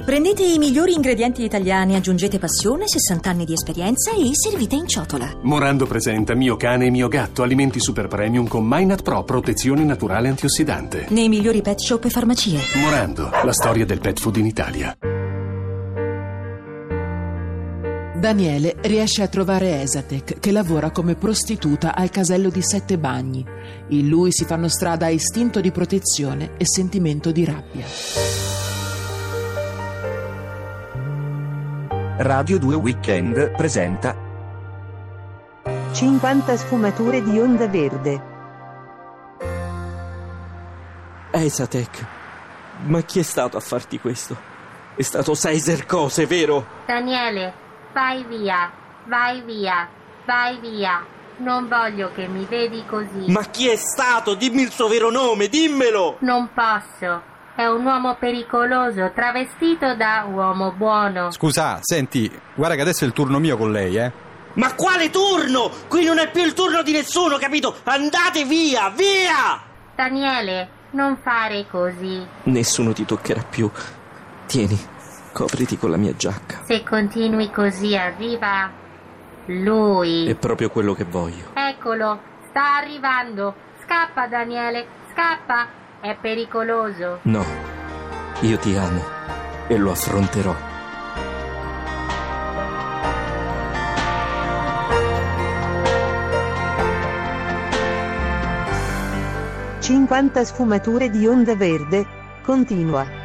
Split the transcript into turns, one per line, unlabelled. Prendete i migliori ingredienti italiani, aggiungete passione, 60 anni di esperienza e servite in ciotola.
Morando presenta Mio cane e mio gatto, alimenti super premium con Minat Pro, protezione naturale antiossidante.
Nei migliori pet shop e farmacie.
Morando, la storia del pet food in Italia.
Daniele riesce a trovare Esatek, che lavora come prostituta al casello di Sette Bagni. In lui si fanno strada istinto di protezione e sentimento di rabbia.
Radio 2 Weekend presenta
50 sfumature di onda verde.
Esatek, Eh, ma chi è stato a farti questo? È stato Caesar Cose, vero?
Daniele, vai via, vai via, vai via. Non voglio che mi vedi così.
Ma chi è stato? Dimmi il suo vero nome, dimmelo!
Non posso. È un uomo pericoloso, travestito da uomo buono.
Scusa, senti, guarda che adesso è il turno mio con lei, eh.
Ma quale turno? Qui non è più il turno di nessuno, capito? Andate via, via!
Daniele, non fare così.
Nessuno ti toccherà più. Tieni, copriti con la mia giacca.
Se continui così arriva lui.
È proprio quello che voglio.
Eccolo, sta arrivando. Scappa Daniele, scappa. È pericoloso.
No, io ti amo e lo affronterò.
Cinquanta sfumature di onda verde. Continua.